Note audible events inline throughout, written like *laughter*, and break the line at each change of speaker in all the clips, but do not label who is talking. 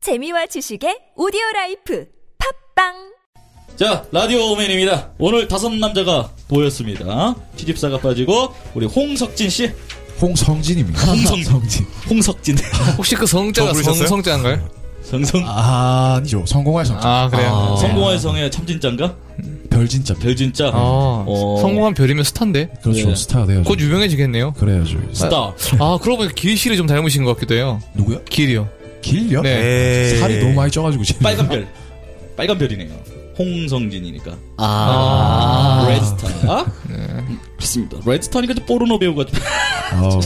재미와 지식의 오디오 라이프 팝빵
자, 라디오 오맨입니다. 오늘 다섯 남자가 모였습니다. 시집사가 빠지고, 우리 홍석진 씨.
홍성진입니다.
홍성진. 홍석진. *laughs*
혹시 그 성자가 성, 성자인가요?
성성.
아, 아니죠. 성공할 성자.
아 그래요.
아.
네.
성공할 성의 참진짠가?
별진짜.
별진짜.
아,
어,
성공한 별이면 스타인데
그렇죠.
예.
스타가 돼야죠.
곧 유명해지겠네요.
그래야죠. 스타.
스타.
아 그러고 보니까 길 씨를 좀 닮으신 것 같기도 해요.
누구야?
길이요.
길요?
네.
에이.
살이 너무 많이 쪄가지고 지금.
예. 빨간 별. 빨간 별이네요. 홍성진이니까.
아, *laughs* 네.
레드스타. 음, 그렇습니다. 레드스타니까 또 포르노 배우가 좀.
아우.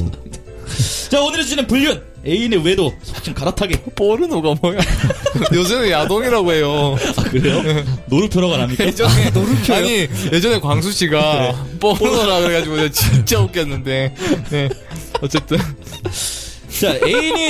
자, 오늘의 주제는 불륜. 애인의 외도. 좀 갈아타게.
포르노가 뭐야? *laughs* 요새는 야동이라고 해요.
아,
*laughs*
그래요? 노루표라고 안 합니까?
아, 예전에 네. 아니 예전에 광수 씨가 포르노라 그래가지고 내가 진짜 웃겼는데. 네. 어쨌든
*laughs* 자, 애인이,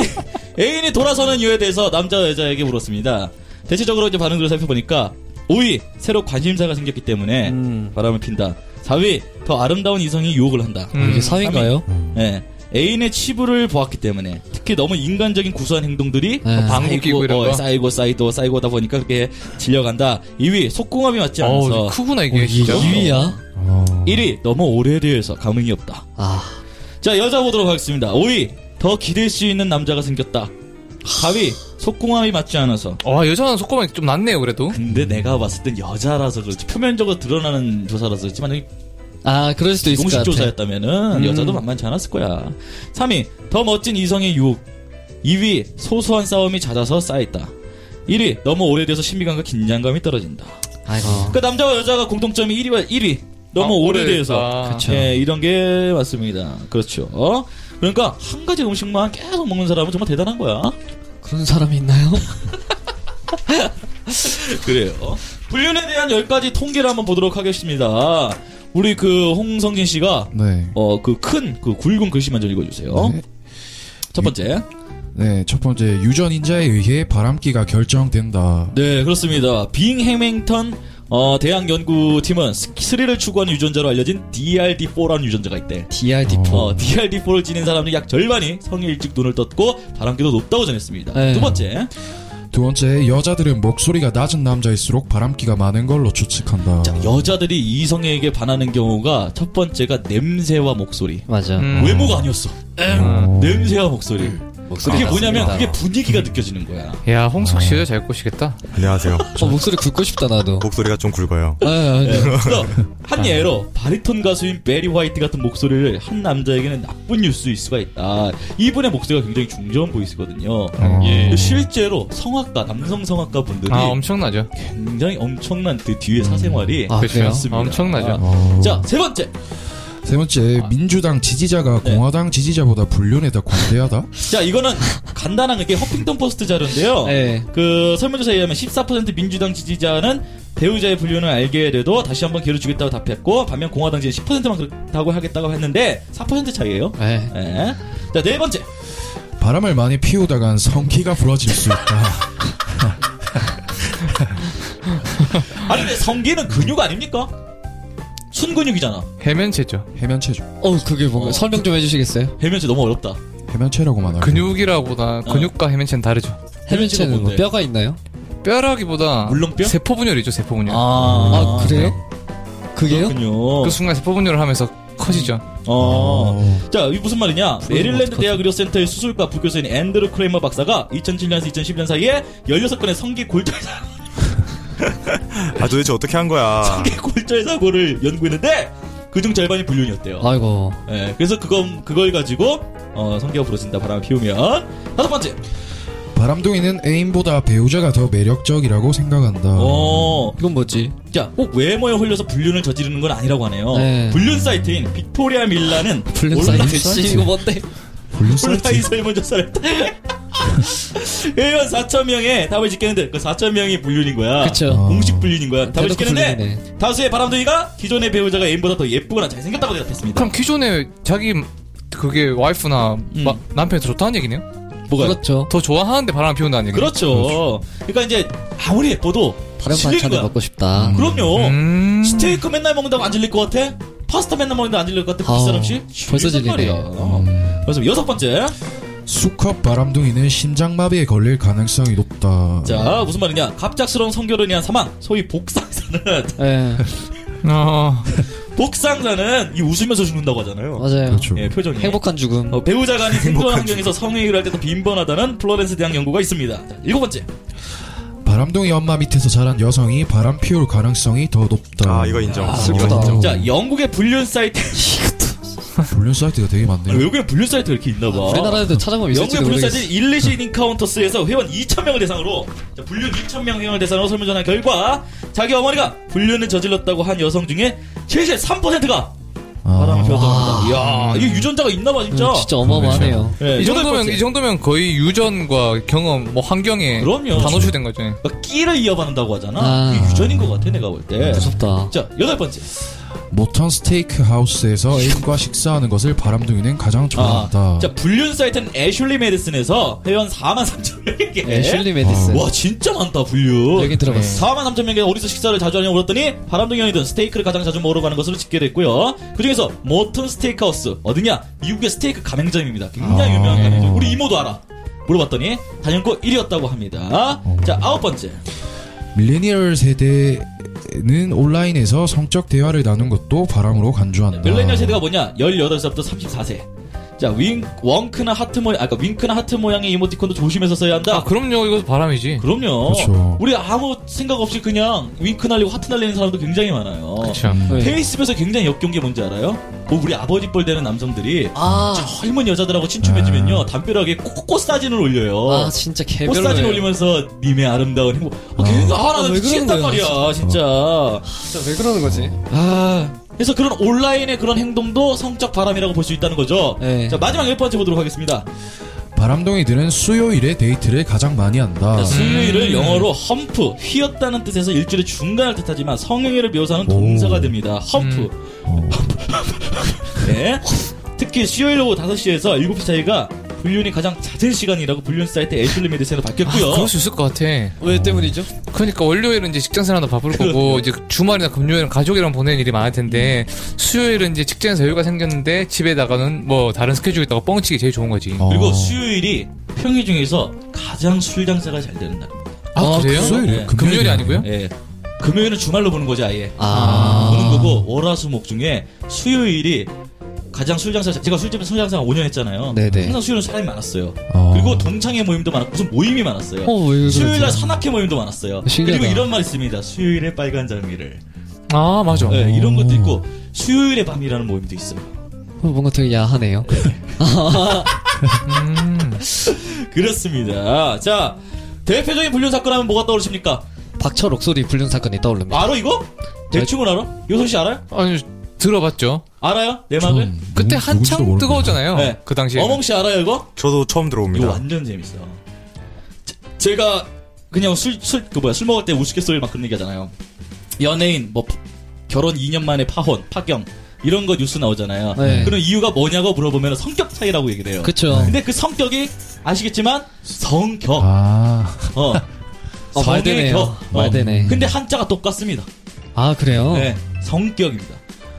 애인이 돌아서는 이유에 대해서 남자, 여자에게 물었습니다. 대체적으로 이제 반응들을 살펴보니까, 5위, 새로 관심사가 생겼기 때문에 바람을 핀다. 4위, 더 아름다운 이성이 유혹을 한다.
음,
사위인가요?
예. 애인의 치부를 보았기 때문에 특히 너무 인간적인 구수한 행동들이
예.
방귀 끼고 이런
어,
거?
쌓이고 쌓이고 쌓이고 하다 보니까 그게 질려간다. 2위 속궁합이 맞지 않아서
어우 크구나
어,
이게 진짜.
2위야?
어.
1위 너무 오래돼서 감흥이 없다.
아,
자 여자 보도록 하겠습니다. 5위 더 기댈 수 있는 남자가 생겼다. 4위 속궁합이 맞지 않아서
아 여자는 속고만 좀 낫네요 그래도.
근데 내가 봤을 땐 여자라서 그렇지 표면적으로 드러나는 조사라서 그렇지만 여기
아, 그럴 수도 있을 것
공식
같아.
조사였다면은
음.
여자도 만만치 않았을 거야. 3위 더 멋진 이성의 유혹. 2위 소소한 싸움이 잦아서 쌓였다. 1위 너무 오래돼서 신비감과 긴장감이 떨어진다.
아이고.
그 남자와 여자가 공통점이 1위와 1위 너무
아,
오래돼서
오래됐다.
그쵸.
예, 이런 게 맞습니다. 그렇죠. 어? 그러니까 한 가지 음식만 계속 먹는 사람은 정말 대단한 거야.
그런 사람이 있나요?
*laughs* 그래요. 불륜에 대한 10가지 통계를 한번 보도록 하겠습니다. 우리 그 홍성진 씨가
네.
어 그 큰 그 굵은 글씨 먼저 읽어주세요.
네.
첫 번째.
네, 첫 번째 유전 인자에 의해 바람기가 결정된다.
네 그렇습니다. 빙 해밍턴 어, 대학 연구팀은 스- 스릴을 추구하는 유전자로 알려진 DRD4라는 유전자가 있대.
DRD4.
어, DRD4를 지닌 사람들 약 절반이 성일 일찍 눈을 떴고 바람기도 높다고 전했습니다.
네.
두 번째.
두 번째 여자들은 목소리가 낮은 남자일수록 바람기가 많은 걸로 추측한다.
자, 여자들이 이성에게 반하는 경우가 첫 번째가 냄새와 목소리.
맞아.
음.
외모가 아니었어.
음. 아,
냄새와 목소리.
목소리
그게 뭐냐면 그게 분위기가 느껴지는 거야.
야 홍석 씨 여자 잘 꼬시겠다.
안녕하세요.
어, 목소리 굵고 싶다, 나도.
목소리가 좀 굵어요.
아, 아니.
그래서 한 예로 바리톤 가수인 베리 화이트 같은 목소리를 한 남자에게는 나쁜 뉴스일 수가 있다. 이분의 목소리가 굉장히 중저음 보이스거든요.
예.
실제로 성악가 남성 성악가 분들이
아 엄청나죠.
굉장히 엄청난 그 뒤에 사생활이
아, 그래요?
많습니다. 아.
엄청나죠.
어.
자 세 번째.
세 번째 민주당 지지자가
아. 네.
공화당 지지자보다 불륜에 더 관대하다.
자 이거는 간단한 게 허핑턴 포스트 자료인데요.
예.
그 설문조사에 의하면 14% 민주당 지지자는 배우자의 불륜을 알게 돼도 다시 한번 기회를 주겠다고 답했고 반면 공화당 지지 10%만 그렇다고 하겠다고 했는데 4% 차이예요.
예.
예. 자네 번째.
바람을 많이 피우다간 성기가 부러질 수 있다. *laughs*
아니 근데 성기는 근육 아닙니까? 순근육이잖아.
해면체죠.
해면체죠.
어, 그게 뭔가
어.
설명 좀 해주시겠어요?
해면체 너무 어렵다.
네.
해면체라고만 하고.
어.
근육이라고보다 근육과 해면체는 다르죠.
해면체는 뭐
뭔데?
뼈가 있나요?
뼈라기보다
물렁뼈?
세포 분열이죠. 세포 분열.
아, 그래요? 그게요?
그렇군요.
그 순간 세포 분열을 하면서 커지죠.
어.
어.
자, 이 무슨 말이냐? 메릴랜드
어떡하지?
대학 의료센터의 수술과 부교수인 앤드루 크레이머 박사가 2007년에서 2010년 사이에 16건의 성기 골절 사- *laughs*
아 도대체 어떻게 한 거야?
성기 골절 사고를 연구했는데 그중 절반이 불륜이었대요.
아이고.
예, 그래서 그건 그걸 가지고 어, 성기가 부러진다 바람을 피우면 다섯 번째.
바람둥이는 애인보다 배우자가 더 매력적이라고 생각한다.
어.
이건 뭐지?
자, 꼭 외모에 홀려서 불륜을 저지르는 건 아니라고 하네요.
네.
불륜 사이트인 빅토리아
*laughs*
밀라는
블랙
온라인
사이트 씨, 이거 뭔데?
불륜 사이트.
온라인에서 먼저 살았다. *laughs* 회원 4천 명에 답을 지켰는데 그 4천 명이 불륜인 거야. 어.
그쵸.
공식 불륜인 거야. 답을
대놓고
지켰는데
불륜이네.
다수의 바람둥이가 기존의 배우자가 애인보다 더 예쁘거나 잘생겼다고 대답했습니다.
그럼 기존에 자기 그게 와이프나
음.
마- 남편이 더 좋다는 얘기네요.
뭐가요?
그렇죠.
더 좋아하는데 바람 피운다는 얘기.
그렇죠. 그러니까 이제 아무리 예뻐도
다른
질리는
반찬을
거야. 음.
먹고 싶다.
그럼요.
음.
스테이크 맨날 먹는다고 안 질릴 것 같아? 파스타 맨날 먹는다고 안 질릴 것 같아?
아우,
비싼 음식?
벌써
질리단
질리네.
말이야. 그래서 여섯 번째.
수컷 바람둥이는 심장마비에 걸릴 가능성이 높다.
자, 무슨 말이냐? 갑작스러운 성결에 의한 사망, 소위 복상사는 *laughs*
예,
어.
복상사는 이 웃으면서 죽는다고 하잖아요.
맞아요.
그렇죠.
예, 표정이.
행복한 죽음.
어, 배우자 간이 생존 환경에서 성행위를 할 때도 빈번하다는 플로렌스 대학 연구가 있습니다. 자, 일곱 번째.
바람둥이 엄마 밑에서 자란 여성이 바람 피울 가능성이 더 높다.
아 이거 인정.
아, 슬프다.
어,
자, 영국의 불륜 사이트. *laughs*
불륜 사이트가 되게 많네요.
아니, 외국에 불륜 사이트가 이렇게 있나 봐.
우리나라에도 찾아보면 있을지도
영국의 어. 불륜 사이트
모르겠어.
일리시 인카운터스에서 회원 2,000명을 대상으로 자, 불륜 2,000명 회원을 대상으로 설문조사한 결과 자기 어머니가 불륜을 저질렀다고 한 여성 중에 73%가 바람을
아,
피웠다고 합니다. 이야, 이게 유전자가 있나 봐 진짜.
음, 진짜 어마어마하네요.
예,
이
여덟
정도면
번째.
이 정도면 거의 유전과 경험 뭐 환경에
그럼요.
다 노출된 거죠. 예.
그러니까 끼를 이어받는다고 하잖아.
아.
이게 유전인 것 같아 내가 볼
음.
때.
무섭다.
자, 여덟 번째.
모턴 스테이크 하우스에서 애인과 식사하는 것을 바람둥이는 가장
음,
아,
좋아한다.
자, 불륜 사이트는 애슐리 메디슨에서 회원 4만 3천 명에게.
애슐리 메디슨.
네. 와, 진짜 많다, 불륜.
여기 들어갔어.
4만 3천 명에게 어디서 식사를 자주 하냐고 물었더니 바람둥이 형이든 스테이크를 가장 자주 먹으러 가는 것으로 집계됐고요. 그 중에서 모튼 스테이크하우스. 어디냐? 미국의 스테이크 가맹점입니다. 굉장히
아.
네.
유명한 가맹점. 우리 이모도 알아. 물어봤더니 단연코 1위였다고 합니다.
어.
자, 아홉 번째.
밀레니얼 세대는 온라인에서 성적 대화를 나눈 것도 바람으로 간주한다.
밀레니얼 세대가 뭐냐? 18살부터 34세. 자, 윙, 원크나 하트 모양, 아까 그러니까 윙크나 하트 모양의 이모티콘도 조심해서 써야 한다.
아 그럼요 이거 바람이지.
그럼요.
그렇죠.
우리 아무 생각 없이 그냥 윙크 날리고 하트 날리는 사람도 굉장히 많아요.
그렇죠.
음.
네.
페이스북에서 굉장히 역겨운 게 뭔지 알아요? 뭐 우리 아버지 뻘 되는 남성들이
아,
젊은 여자들하고 친추해지면요 담벼락에 꽃 사진을 올려요.
아 진짜
꽃
개별로.
사진 어. 올리면서 님의 아름다운 행복. 어, 걔가
아,
하나
왜
미치겠단
그러는
말이야,
거야,
진짜.
왜 그러는 거지?
아. 그래서 그런 온라인의 그런 행동도 성적 바람이라고 볼 수 있다는 거죠.
네.
자, 마지막 열 번째 보도록 하겠습니다.
바람둥이들은 수요일에 데이트를 가장 많이 한다.
아.
자, 수요일을 영어로 험프, 휘었다는 뜻에서 일주일의 중간을 뜻하지만 성행위를 묘사하는 동사가 됩니다. 험프.
음.
*laughs* 네. 특히 수요일 오후 5시에서 7시 사이가 불륜이 가장 잦은 시간이라고 불륜 사이트 애슐리 메디슨으로 바뀌었고요.
그럴 수 있을 것 같아.
왜 때문이죠?
그러니까 월요일은 이제 직장
*laughs*
생활도 바쁠 거고 이제 주말이나 금요일은 가족이랑 보내는 일이 많을 텐데 수요일은 이제 직장에서 여유가 생겼는데 집에 나가는 뭐 다른 스케줄이 있다가 뻥치기 제일 좋은 거지.
어.
그리고 수요일이 평일 중에서 가장 술 장사가 잘 되는 날.
아, 그래요?
수요일이에요?
네.
금요일이 아니고요?
예. 금요일은 주말로 보는 거지 아예.
아.
보는 거고 월화수목 중에 수요일이 가장 술 장사 제가 술집에 술 장사 5년 했잖아요.
네네.
항상 수요일은 사람이 많았어요.
어.
그리고 동창회 모임도 많았고 무슨 모임이 많았어요.
어, 왜 그러지?
수요일 날 산악회 모임도 많았어요.
신기하다.
그리고 이런 말 있습니다. 수요일에 빨간 장미를.
아 맞아.
네, 이런
오.
것도 있고 수요일의 밤이라는 모임도 있어요. *laughs*
어, 뭔가 되게 야하네요.
그렇습니다. 자 대표적인 불륜 사건 하면 뭐가 떠오르십니까?
*laughs* 박철 옥소리 불륜 사건이 떠오릅니다.
알아 이거? 대충은 알아? 요선 씨 알아요?
아니 들어봤죠.
알아요? 내막을?
그때
누군- 누군지도
한창
모르는데.
뜨거웠잖아요.
음, 네.
그 당시에.
어몽 씨 알아요 이거?
저도 처음 들어옵니다.
이거 완전 재밌어. 제- 제가 그냥 술, 술, 그 뭐야, 술 먹을 때 우스갯소리 막 그런 얘기 하잖아요. 연예인, 뭐, 파- 결혼 2년 만에 파혼, 파경, 이런 거 뉴스 나오잖아요.
네.
그런 이유가 뭐냐고 물어보면 성격 차이라고 얘기를 해요.
그쵸.
근데 그 성격이 아시겠지만, 성격.
아,
*laughs*
어.
어, 말 되네요. 말 되네.
근데 한자가 똑같습니다.
아 그래요?
네, 성격입니다.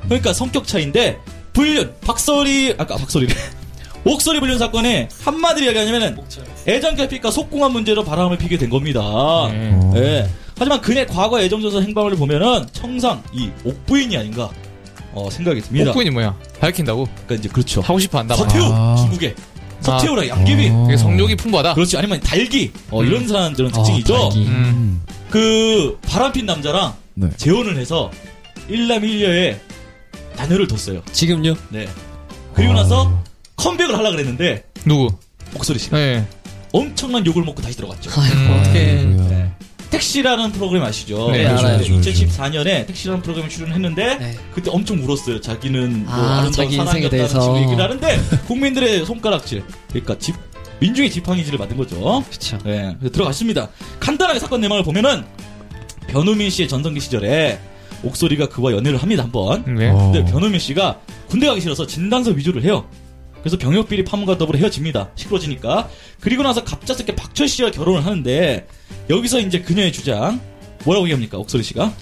그러니까 성격 차이인데 불륜 박소리 아까 박소리래 *laughs* 옥소리 불륜 사건에 한마디로 이야기하냐면은 애정 결핍과 속공한 문제로 바람을 피게 된 겁니다.
네.
어.
예. 하지만 그의 과거 애정전서 행방을 보면은 청상 이 옥부인이 아닌가 어, 생각이 듭니다.
복근이 뭐야? 밝힌다고.
그러니까 이제 그렇죠.
하고 싶어 한다.
서태우
아.
중국의 서태우랑 양귀비
어.
되게 성욕이 풍부하다.
그렇지 아니면 달기 어, 이런 사람들은
아,
특징이죠.
다행히.
음.
그 바람핀 남자랑
네.
재혼을 해서 일남일녀에 자녀를 뒀어요.
지금요?
네. 그리고
아.
나서 컴백을 하려 그랬는데
누구?
목소리 씨
예.
엄청난 욕을 먹고 다시 들어갔죠.
아이고
음.
어떻게?
아이고야.
네. 택시라는 프로그램 아시죠?
네,
알죠, 알죠, 알죠.
2014년에 택시라는 프로그램에 출연했는데
네.
그때 엄청 울었어요. 자기는 뭐
아,
아, 름다운
자기 인생에
사랑이었다는
대해서.
식으로 얘기를 하는데 국민들의 손가락질 그러니까 집 민중의 지팡이질을 만든 거죠.
그쵸.
네, 그래서 들어갔습니다. 간단하게 사건 내막을 보면은 변우민 씨의 전성기 시절에 옥소리가 그와 연애를 합니다 한번.
네.
어.
근데 변호민 씨가 군대 가기 싫어서 진단서 위조를 해요. 그래서 병역 비리 파문과 더불어 헤어집니다. 시끄러지니까. 그리고 나서 갑작스럽게 박철 씨와 결혼을 하는데 여기서 이제 그녀의 주장 뭐라고 얘기합니까? 옥소리 씨가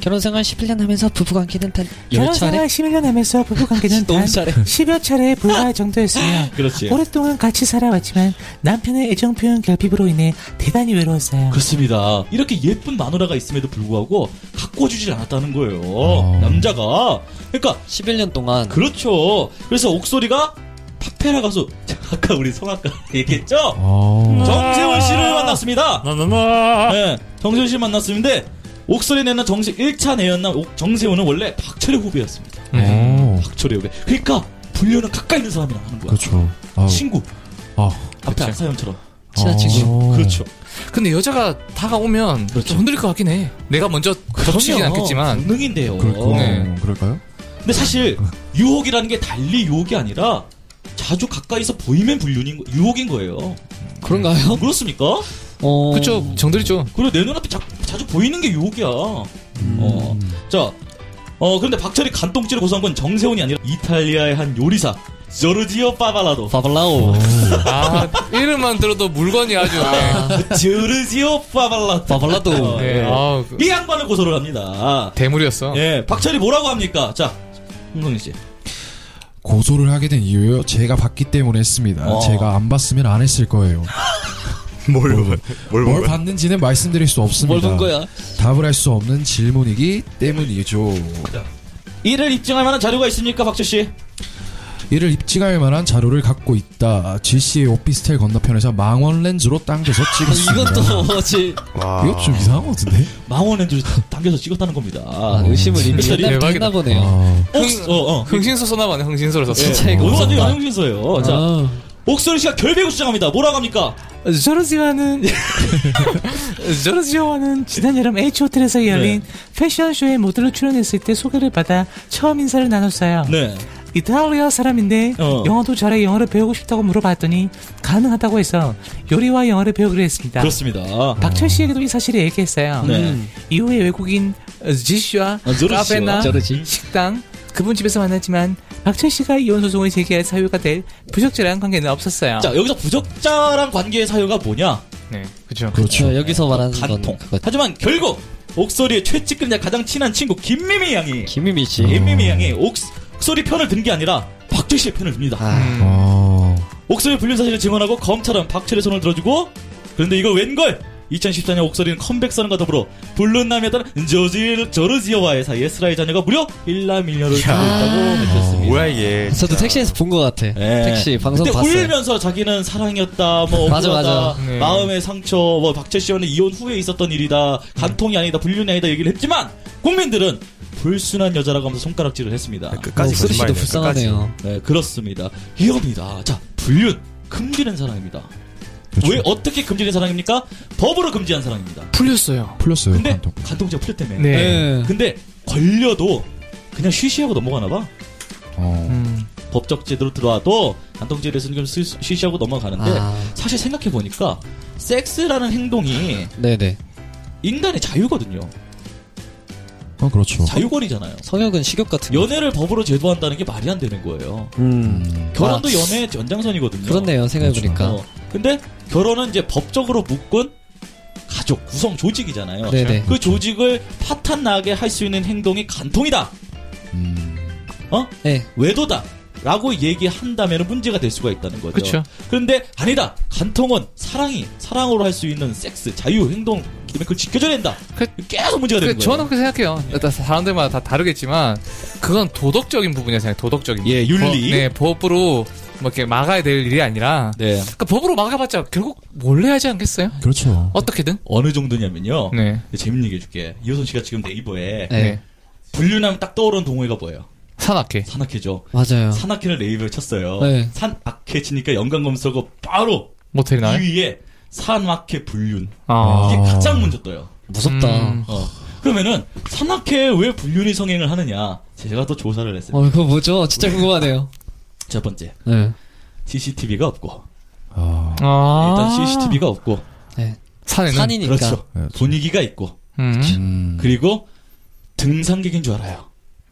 결혼 생활 11년 하면서 부부관계는 단
결혼
10차례?
생활 11년 하면서 부부관계는 단
너무 잘해.
10여 차례 불과 정도였으며
*laughs* 그렇지.
오랫동안 같이 살아왔지만 남편의 애정 표현 결핍으로 인해 대단히 외로웠어요.
그렇습니다. 이렇게 예쁜 마누라가 있음에도 불구하고 갖고 주질 않았다는 거예요. 남자가. 그러니까
11년 동안
그렇죠. 그래서 옥소리가 파페라 가수 *laughs* 아까 우리 성악가 *laughs* 얘기했죠?
어.
정세훈 씨를 만났습니다.
나나나.
네, 정세훈 씨를 만났었는데 옥소리 내나 정세 1차 내였나 옥- 정세훈은 원래 박철의 후배였습니다.
음. 네.
어.
박철의 후배. 그러니까 분류는 가까이 있는 사람이랑 하는 거야.
그렇죠. 아우.
친구.
아.
앞에 안사연처럼.
친한 친구.
어.
그렇죠.
근데 여자가 다가오면
그렇죠.
좀 흔들릴 것 같긴 해. 내가 먼저 덮치진
그럼요.
않겠지만.
본능인데요.
그렇고
네.
그럴까요?
근데 사실 유혹이라는 게 달리 유혹이 아니라 자주 가까이서 보이면 불륜인 거, 유혹인 거예요.
그런가요?
그렇습니까? 네.
어.
그쵸, 정들이죠.
그리고 내 눈앞에 자, 자주 보이는 게 유혹이야. 어. 자, 어, 그런데 박철이 간통죄를 고소한 건 정세훈이 아니라 이탈리아의 한 요리사, 조르지오 파발라도.
바발라오.
아, 이름만 들어도 물건이 아주. 네.
조르지오 파발라도.
바발라도.
어,
네.
예.
아, 그
이 양반을 고소를 합니다.
대물이었어.
예, 박철이 뭐라고 합니까? 자, 홍성희 씨.
고소를 하게 된 이유요. 제가 봤기 때문에 했습니다.
어.
제가 안 봤으면 안 했을 거예요.
뭘, 뭘,
뭘
뭘. 봐.
봤는지는 말씀드릴 수 없습니다.
뭘 본 거야?
답을 할 수 없는 질문이기 때문이죠.
이를 입증할 만한 자료가 있습니까, 박철 씨?
이를 입증할 만한 자료를 갖고 있다. GC의 오피스텔 건너편에서 망원 렌즈로 당겨서 찍었습니다.
이것도 지
와.
이거 좀 이상한 것 같은데?
망원렌즈를 당겨서 찍었다는 겁니다.
아, 의심을 이미
진짜
옛날부터
대박이다.
했나 보네요.
아,
옥, 어, 어.
흥신소 써나봐네, 흥신소를 썼어.
예.
진짜 이거
오늘
무섭다.
완전 영신서예요. 자,
아.
옥소리 씨가 결백을 주장합니다. 뭐라고 합니까?
아, 조르지와는 *laughs* 조르지와는 지난 여름 H 호텔에서 열린 패션쇼에 모델로 출연했을 때 소개를 받아 처음 인사를 나눴어요.
네.
이탈리아 사람인데
어.
영어도 잘해 영어를 배우고 싶다고 물어봤더니 가능하다고 해서 요리와 영어를 배우기로 했습니다.
그렇습니다.
박철 씨에게도 이 사실을
아,
얘기했어요.
네.
이후에 외국인 지씨와
어, 조르지와
카페나
저러지.
식당 그분 집에서 만났지만 박철 씨가 이혼 소송을 제기할 사유가 될 부적절한 관계는 없었어요.
자, 여기서 부적절한 관계의 사유가 뭐냐?
네, 그쵸.
그렇죠.
저 여기서 말하는
간통.
건 그거.
하지만 결국 옥소리의 최측근자 가장 친한 친구 김미미 양이
김유미 씨. 음.
김미미 양이 옥소리 편을 든 게 아니라 박철 씨의 편을 듭니다.
아.
음.
어,
옥소리 불륜 사실을 증언하고 검찰은 박철의 손을 들어주고 그런데 이걸 웬걸 2014년 옥소리는 컴백 선언과 더불어 불륜남에 따른 조지, 조르지어와의 사이에 스라의 자녀가 무려 1남 1녀를 갖고 있다고 밝혔습니다.
뭐야, 이게.
저도 택시에서 본 것 같아.
예.
택시 방송
근데
봤어요.
울면서 자기는 사랑이었다, 뭐
맞아,
억울하다,
맞아. 네.
마음의 상처, 뭐 박재 씨와는 이혼 후에 있었던 일이다, 간통이 아니다, 불륜이 아니다 얘기를 했지만 국민들은 불순한 여자라고 하면서 손가락질을 했습니다.
아, 그-
끝까지
옥수리 씨도
거짓말이네, 끝까지.
불쌍하네요.
네, 그렇습니다. 위험이다. 자, 불륜 금지된 사랑입니다.
그렇죠.
왜 어떻게 금지된 사랑입니까? 법으로 금지한 사랑입니다.
풀렸어요.
풀렸어요.
근데
네, 간통.
간통죄가 풀렸다며.
네.
예.
근데 걸려도 그냥 쉬쉬하고 넘어가나 봐.
어.
음.
법적 제도로 들어와도 간통죄에 대해서는 좀 스- 쉬쉬하고 넘어가는데
아.
사실 생각해 보니까 섹스라는 행동이
네네.
인간의 자유거든요.
어, 그렇죠.
자유권이잖아요.
성역은 식욕 같은 거.
연애를 법으로 제도한다는 게 말이 안 되는 거예요.
음.
결혼도
아.
연애의 연장선이거든요.
그렇네요, 생각해보니까.
어. 근데 결혼은 이제 법적으로 묶은 가족 구성 조직이잖아요.
네네.
그 조직을 파탄 나게 할 수 있는 행동이 간통이다, 어?
음.
네.
외도다. 라고 얘기한다면 문제가 될 수가 있다는 거죠.
그쵸.
그런데 아니다. 간통은 사랑이 사랑으로 할 수 있는 섹스, 자유 행동 때문에 그걸 지켜줘야 된다.
그-
계속 문제가 되는 거예요.
그, 저는 그렇게 생각해요. 일단 사람들마다 다 다르겠지만, 그건 도덕적인 부분이야, 생각. 도덕적인.
예, 윤리.
법, 네, 법으로 뭐 이렇게 막아야 될 일이 아니라,
네.
그러니까 법으로 막아봤자 결국 몰래 하지 않겠어요?
그렇죠.
어떻게든.
어느 정도냐면요.
네.
재밌는 얘기 해줄게. 이호선 씨가 지금 네이버에
네.
네.
불륜하면 딱 떠오르는 동호회가 뭐예요?
산악회.
산악회죠.
어.
맞아요.
산악회를 네이버에 쳤어요.
네.
산악회 치니까 연관 검색어 바로
모텔이 나요?
2위에 산악회 불륜.
네. 아.
이게
아.
가장 먼저 떠요.
무섭다.
음.
어. 그러면은 산악회에 왜 불륜이 성행을 하느냐? 제가 또 조사를 했어요.
어, 그거 뭐죠? 진짜 궁금하네요.
첫 번째,
네.
CCTV가 없고
아.
아.
일단 CCTV가 없고
네.
산에는.
산이니까.
그렇죠.
네,
분위기가 있고
음.
음.
그리고 등산객인 줄 알아요.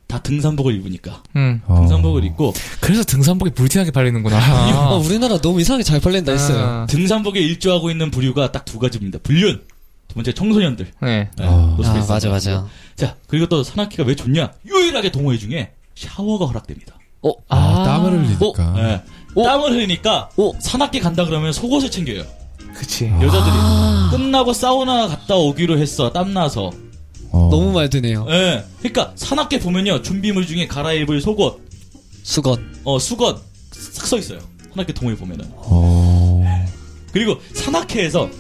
다 등산복을 입으니까
음.
어.
등산복을 입고
그래서 등산복이 불티나게 발리는구나. *laughs*
어, 우리나라 너무 이상하게 잘 팔린다 했어요.
아.
등산복에 일조하고 있는 부류가 딱 두 가지입니다. 불륜 두 번째 청소년들.
네.
네,
아.
노스페이스
아, 맞아,
사람들.
맞아.
자, 그리고 또 산악회가 왜 좋냐? 유일하게 동호회 중에 샤워가 허락됩니다.
어,
아, 땀을 흘리니까.
예.
오.
땀을 흘리니까
오.
산악회 간다 그러면 속옷을 챙겨요.
그치.
아.
여자들이 끝나고 사우나 갔다 오기로 했어. 땀 나서.
어.
너무 말 드네요.
예. 그러니까 산악회 보면요 준비물 중에 갈아입을 속옷,
수건.
어 수건 싹 써 있어요. 산악회 동호회 보면은.
어.
그리고 산악회에서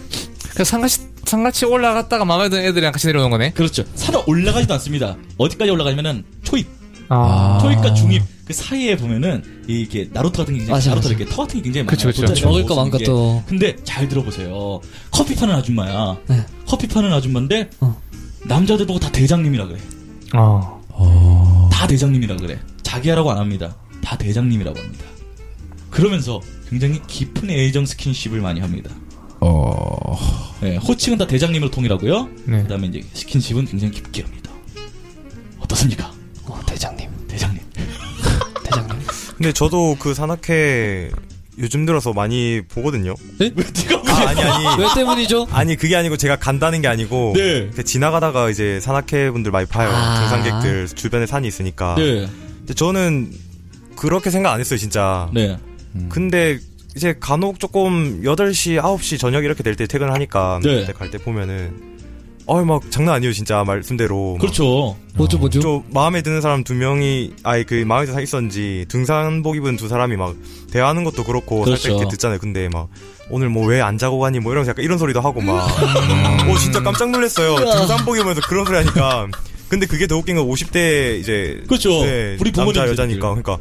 그 상같이 상같이 올라갔다가 마음에 드는 애들이랑 같이 내려오는 거네.
그렇죠. 산을 올라가지도 않습니다. 어디까지 올라가냐면은 초입,
아.
초입과 중입 그 사이에 보면은 이게 나루토 같은 게 굉장히
맞아,
나루토
맞아.
이렇게 터 같은 게 굉장히 많아요.
그쵸, 그쵸.
돗자리
먹을 거
쓰는
많고
게.
또.
근데 잘 들어보세요. 커피 파는 아줌마야.
네.
커피 파는 아줌마인데
어.
남자들 보고 다 대장님이라 그래.
어.
어.
다 대장님이라 그래. 자기야라고 안 합니다. 다 대장님이라고 합니다. 그러면서 굉장히 깊은 애정 스킨십을 많이 합니다.
어.
예, 호칭은 다 대장님으로 통일하고요.
네.
그다음에 이제 스킨십은 굉장히 깊게 합니다. 어떻습니까?
어, 대장님.
대장님.
대장님.
근데 저도 그 산악회 요즘 들어서 많이 보거든요.
왜 네가
아, 아니, 아니.
왜 때문이죠?
아니, 그게 아니고 제가 간다는 게 아니고.
네.
그 지나가다가 이제 산악회 분들 많이 봐요.
아.
등산객들 주변에 산이 있으니까.
네.
근데 저는 그렇게 생각 안 했어요, 진짜.
네.
근데 이제 간혹 조금 8시, 9시 저녁 이렇게 될 때 퇴근을 하니까
네.
갈 때 보면은 어이 막 장난 아니에요, 진짜 말씀대로. 막
그렇죠.
뭐죠, 뭐죠?
좀 마음에 드는 사람 두 명이 아예 그 마음에 드는 사람 있었는지 등산복 입은 두 사람이 막 대화하는 것도 그렇고
그렇죠.
살짝 이렇게 듣잖아요. 근데 막 오늘 뭐 왜 안 자고 가니 뭐 이런 약간 이런 소리도 하고 막.
음.
오 진짜 깜짝 놀랐어요.
그러니까.
등산복 입으면서 그런 소리 하니까. 근데 그게 더 웃긴 건 50대 이제 네,
그렇죠. 우리 부모님
남자
세대들.
여자니까 그러니까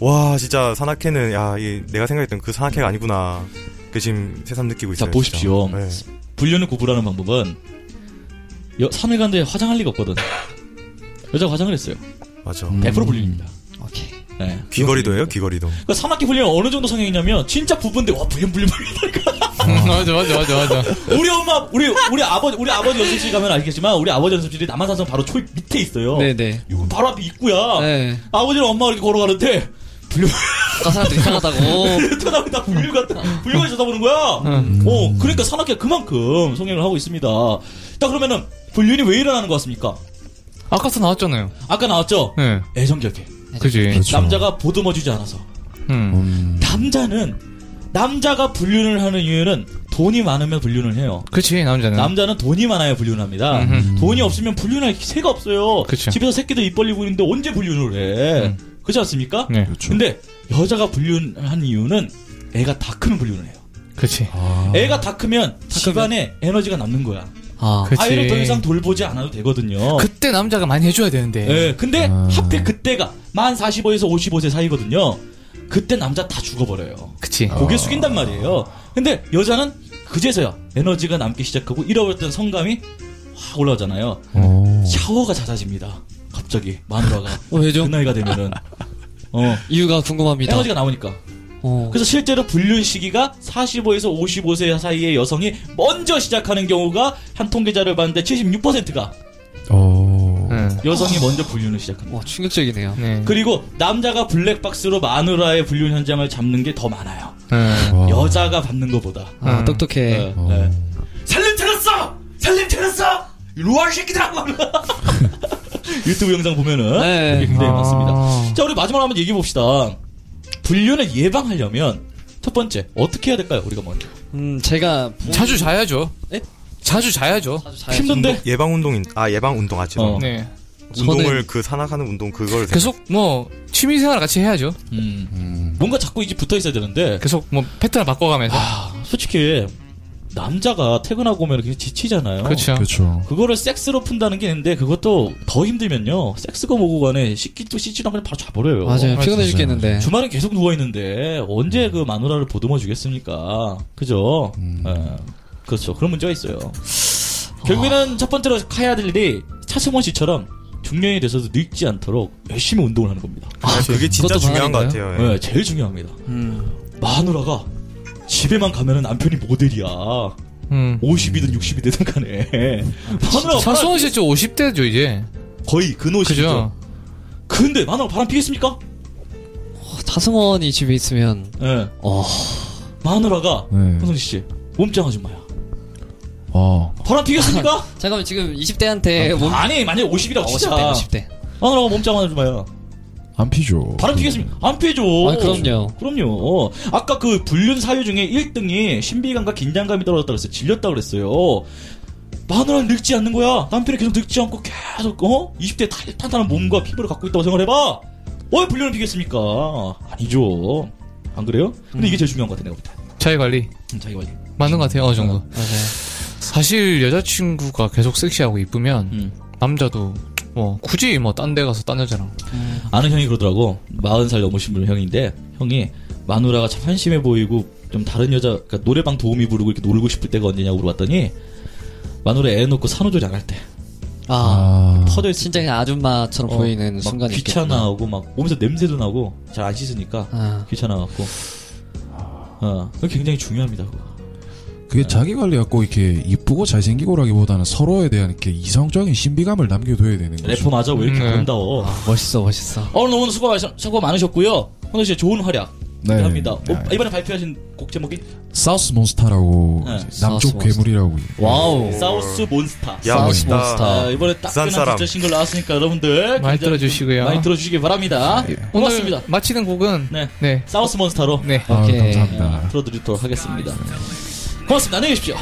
와 진짜 산악회는 야 이, 내가 생각했던 그 산악회가 아니구나. 그 지금 새삼 느끼고
자,
있어요.
보십시오.
진짜. 네.
불륜을 구분하는 방법은 여, 산을 간데 화장할 리가 없거든. 여자 가 화장을 했어요.
맞아.
100% 불륜입니다.
오케이.
네.
귀걸이도 해요. 귀걸이도.
그러니까 산악기 불륜은 어느 정도 성향이냐면 진짜 부부인데 와 불륜 불륜 불륜.
음, 맞아, 맞아, 맞아, 맞아.
우리 엄마 우리 우리 아버지 우리 아버지 연습실 가면 알겠지만 우리 아버지 연습실이 남한산성 바로 초입 밑에 있어요.
네네.
이거 바로 앞에 입구야.
네.
아버지랑 엄마가 이렇게 걸어가는데 *laughs* 불륜
아까 사람들 이상하다고.
어. 쳐다보니 다 불륜 같다. 불륜을 쳐다보는 거야. 어 그러니까 산악기가 그만큼 성향을 하고 있습니다. 자 그러면은 불륜이 왜 일어나는 것 같습니까?
아까도 나왔잖아요.
아까 나왔죠.
네.
애정 결핍.
그지.
그렇죠.
남자가 보듬어주지 않아서.
음.
음.
남자는 남자가 불륜을 하는 이유는 돈이 많으면 불륜을 해요.
그치, 남자는.
남자는 돈이 많아야 불륜합니다.
네. 음흠.
돈이 없으면 불륜할 새가 없어요.
그쵸.
집에서 새끼들 입 벌리고 있는데 언제 불륜을 해? 그렇지 않습니까?
네.
그렇죠.
근데 여자가 불륜한 이유는 애가 다 크면 불륜을 해요.
그치.
아.
애가 다 크면 집안에 에너지가 남는 거야.
아.
그치.
아이를 더 이상 돌보지 않아도 되거든요.
그때 남자가 많이 해줘야 되는데.
예, 근데
아.
하필 그때가 만 45에서 55세 사이거든요. 그때 남자 다 죽어버려요.
그치.
아.
고개 숙인단 말이에요. 근데 여자는 그제서야 에너지가 남기 시작하고 잃어버렸던 성감이 확 올라오잖아요.
어.
샤워가 잦아집니다. 갑자기 마누라가
어,
그
왜죠?
나이가 되면은 어
이유가 궁금합니다.
에너지가 나오니까.
어.
그래서 실제로 불륜 시기가 45에서 55세 사이의 여성이 먼저 시작하는 경우가 한 통계자를 봤는데 76%가
어.
네.
여성이 먼저 불륜을 시작합니다.
와, 충격적이네요.
네.
그리고 남자가 블랙박스로 마누라의 불륜 현장을 잡는 게 더 많아요.
네.
와.
여자가 받는 것보다.
아,
음.
똑똑해.
네,
어.
네. 살림 차렸어! 살림 차렸어! 루알 새끼들하고 *laughs* 유튜브 영상 보면은
네.
이게 굉장히
아.
많습니다. 자 우리 마지막으로 한번 얘기해 봅시다. 불륜을 예방하려면 첫 번째 어떻게 해야 될까요? 우리가 먼저
음, 제가 부-
자주 자야죠.
에?
자주 자야죠.
아주 잘
힘든데
예방 운동인 아 예방 운동 아죠.
어.
네.
운동을 그 산악하는 운동 그걸
계속 뭐 취미생활 같이 해야죠.
음, 뭔가 자꾸 이제 붙어 있어야 되는데
계속 뭐 패턴을 바꿔가면서.
아, 솔직히 남자가 퇴근하고 오면 이렇게 지치잖아요.
그렇죠.
그렇죠.
그거를 섹스로 푼다는 게 있는데 그것도 더 힘들면요 섹스고 뭐고 간에 씻기도 씻지도 않고 그냥 바로
힘-
자버려요.
맞아요. 피곤해
맞아요.
죽겠는데.
주말엔 계속 누워 있는데 언제 그 마누라를 보듬어 주겠습니까? 그죠? 예. 그렇죠. 그런 문제가 있어요. 결국에는 첫 번째로 해야 될 일이 차승원 씨처럼 중년이 돼서도 늙지 않도록 열심히 운동을 하는 겁니다.
아, 그게 진짜
그것도
중요한 것
방안인가요?
같아요. 예.
예, 제일 중요합니다.
음.
마누라가 집에만 가면은 남편이 모델이야.
음.
50이든 60이든 간에 마누라 바람,
사수원 씨 지금 50대죠 이제.
거의 근오시죠.
그죠.
근데 마누라 바람 피겠습니까?
어, 차승원이 집에 있으면
예. 마누라가
네.
홍성씨 씨 몸짱 아줌마야.
어.
바람 보람피겠습니까?
잠깐만 지금 20대한테 몸 어,
아니, 만약에 50이라고 치자.
50대 50대.
아, 나 몸짱 하나 좀 봐요.
안 피죠.
바람 피겠습니까? 안 피죠.
아, 그럼요.
그럼요. 아까 그 불륜 사유 중에 1등이 신비감과 긴장감이 떨어졌다 그랬어요. 질렸다 그랬어요. 마누라는 늙지 않는 거야. 남편이 계속 늙지 않고 계속 어? 20대 탄- 탄탄한 몸과 피부를 갖고 있다고 생각을 해봐. 왜 불륜을 피겠습니까? 아니죠. 안 그래요?
음.
근데 이게 제일 중요한 것 같아 내가 볼 때.
자기 관리
음, 자기 관리.
맞는 것 같아요 어느 정도.
맞아요.
사실 여자친구가 계속 섹시하고 이쁘면
음.
남자도 뭐 굳이 뭐 딴 데 가서 딴 여자랑
아는 형이 그러더라고. 40살 넘으신 분 형인데 형이 마누라가 참 한심해 보이고 좀 다른 여자 그러니까 노래방 도우미 부르고 이렇게 놀고 싶을 때가 언제냐고 물어봤더니 마누라 애 놓고 산후조리 안 할 때.
아,
아,
퍼져 있을
진짜 그냥 아줌마처럼
어,
보이는
막
순간이 있겠구나.
귀찮아하고 막 몸에서 냄새도 나고 잘 안 씻으니까
아,
귀찮아갖고. 어, 그거 굉장히 중요합니다. 그거.
그게 자기 관리가 꼭 이렇게 이쁘고 잘생기고라기보다는 서로에 대한 이렇게 이성적인 신비감을 남겨둬야 되는 거죠.
래퍼 맞아
음,
왜 이렇게
네.
아름다워?
멋있어 멋있어.
오늘 너무 수고, 많으, 수고 많으셨고요. 오늘 진짜 좋은 활약
네.
합니다.
네.
어, 이번에 발표하신 곡 제목이
사우스 몬스타라고
네.
이제 남쪽
사우스
괴물이라고. 음.
와우.
사우스 몬스타.
야
네. 사우스
멋있다.
몬스터.
아, 이번에
싼
따끈한
사람.
진짜 싱글 나왔으니까 여러분들
많이
굉장히
들어주시고요. 네.
많이 들어주시기 바랍니다. 고맙습니다.
오늘 마치는 곡은
네.
네.
사우스 몬스타로
네.
아,
오케이.
감사합니다.
들어드리도록 하겠습니다. 고맙습니다. 안녕히 계십시오.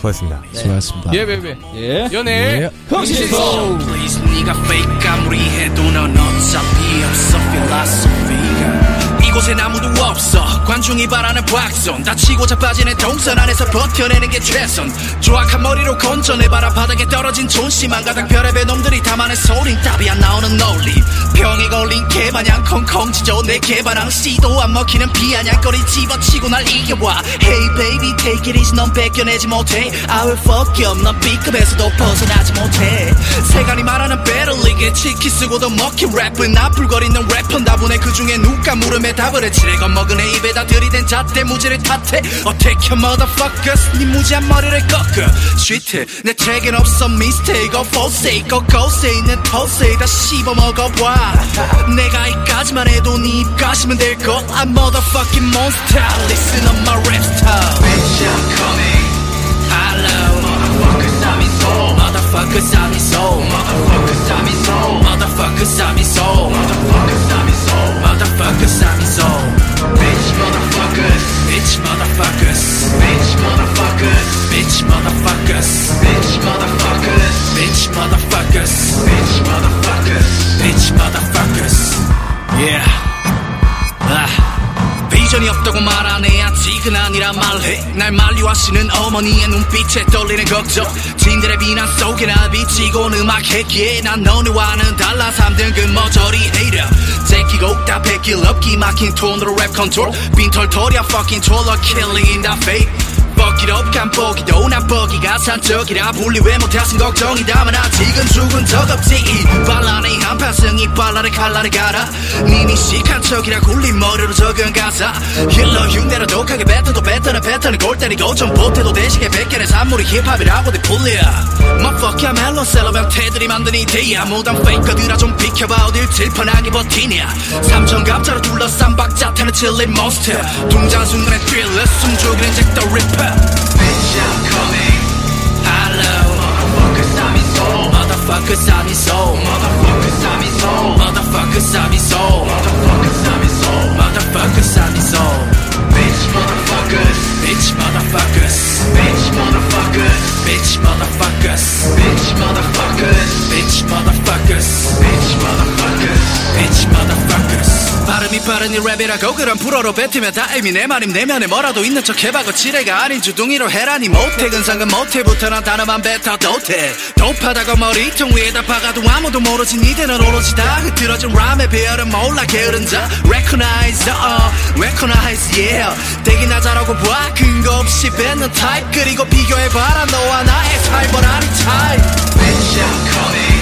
고맙습니다.
수고하셨습니다.
예, 베베.
예.
연애.
예.
흥신소.
Please, 네가 fake 아무리 해도 넌 어차피 없어 philosophy 이곳엔 아무도 없어 관중이 바라는 박선 다치고 자빠지는 동선 안에서 버텨내는 게 최선 조악한 머리로 건져내봐라 바닥에 떨어진 존심 한 가닥 별의별 놈들이 담아낸 소린 답이 안 나오는 논리 병에 걸린 개마냥 콩콩 지져 내 개바랑 씨도 안 먹히는 비아냥거리 집어치고 날 이겨와 Hey baby take it easy 넌 뺏겨내지 못해 I will fuck you up 넌 B급에서도 벗어나지 못해 세간이 말하는 배럴리게 치키 쓰고도 먹힌 랩은 나풀거리는 래퍼다분해 그중에 누가 물음에 답을 해 지레 겁먹은 애 입에다 들이댄 잣대 무지를 탓해 어떻게 motherfuckers 네 무지한 머리를 꺾어 Shit 내 책엔 없어 mistake or forsake or ghost 있는 pose 다 씹어먹어봐 내가 이까지만 해도 네 입가시면 될것 I'm motherfucking monster Listen up my rap style Bitch I'm coming Hello Motherfuckers I'm in soul Motherfuckers I'm in soul Motherfuckers I'm in soul Motherfuckers I'm in soul Motherfuckers I'm in soul Motherfuckers I'm in soul Bitch motherfuckers Bitch motherfuckers Bitch motherfuckers Bitch motherfuckers Bitch motherfuckers Bitch motherfuckers Bitch motherfuckers Bitch motherfuckers Yeah 아, 비전이 없다고 말하네 아직은 아니라 말해 날 만류하시는 어머니의 눈빛에 떨리는 걱정 진들의 비난 속에 날 비치고 음악했기에 난 너네와는 달라 3등급 머저리 헤이터 제끼고 다 뺏길 없기 막힌 톤으로 랩 컨트롤 빈털털이야 fucking troller killing in the fake 뻑기로 깜뻑이도 난 뻑기가 산적이라 분리 왜 못하신 걱정이다만 아직은 죽은 적 없지 이 반란의 한파승이 반란의 칼날을 갈아 미미식한 척이라 굴린 머리로 적은 가사 힐러 흉내로 독하게 뱉어도 뱉어는 뱉어는 골 때리고 좀 보태도 대식에 백개의 산물이 힙합이라고 돼 불려 Motherfuck I'm hello celebration 태들이 만든 이데야 무단 페이커들아 좀 비켜봐 어딜 질펀하게 버티냐 삼천 감자로 둘러싼 박자탄을 칠린 몬스터 등장 순간에 thriller 숨죽이는 잭 더 리퍼 Bitch I'm coming Hello Motherfuckers I'm in soul Motherfuckers I'm in soul Motherfuckers I'm in soul Motherfuckers I'm in soul Motherfuckers I'm in soul Motherfuckers I'm in soul Bitch motherfuckers Bitch motherfuckers Bitch motherfuckers Bitch motherfuckers Bitch motherfuckers Bitch motherfuckers Bitch motherfuckers Bitch motherfuckers 발음이 빠른 이 랩이라고 그런 불어로 뱉으면 다 애미 내 말임 내면에 뭐라도 있는 척 해봐고 지레가 아닌 주둥이로 해라니 모태근 상금 모태부터는 단어만 뱉어도 돼 도파다가 머리통 위에다 박아도 아무도 모르지 니들은 오로지 다 흐트러진 람의 배열은 몰라 게으른 자 Recognize uh, Recognize yeah 대기 나자라고 봐 근거 없이 뱉는 타입 그리고 비교해봐라 너와 나의 타입은 아닌 타입 Bitch I'm coming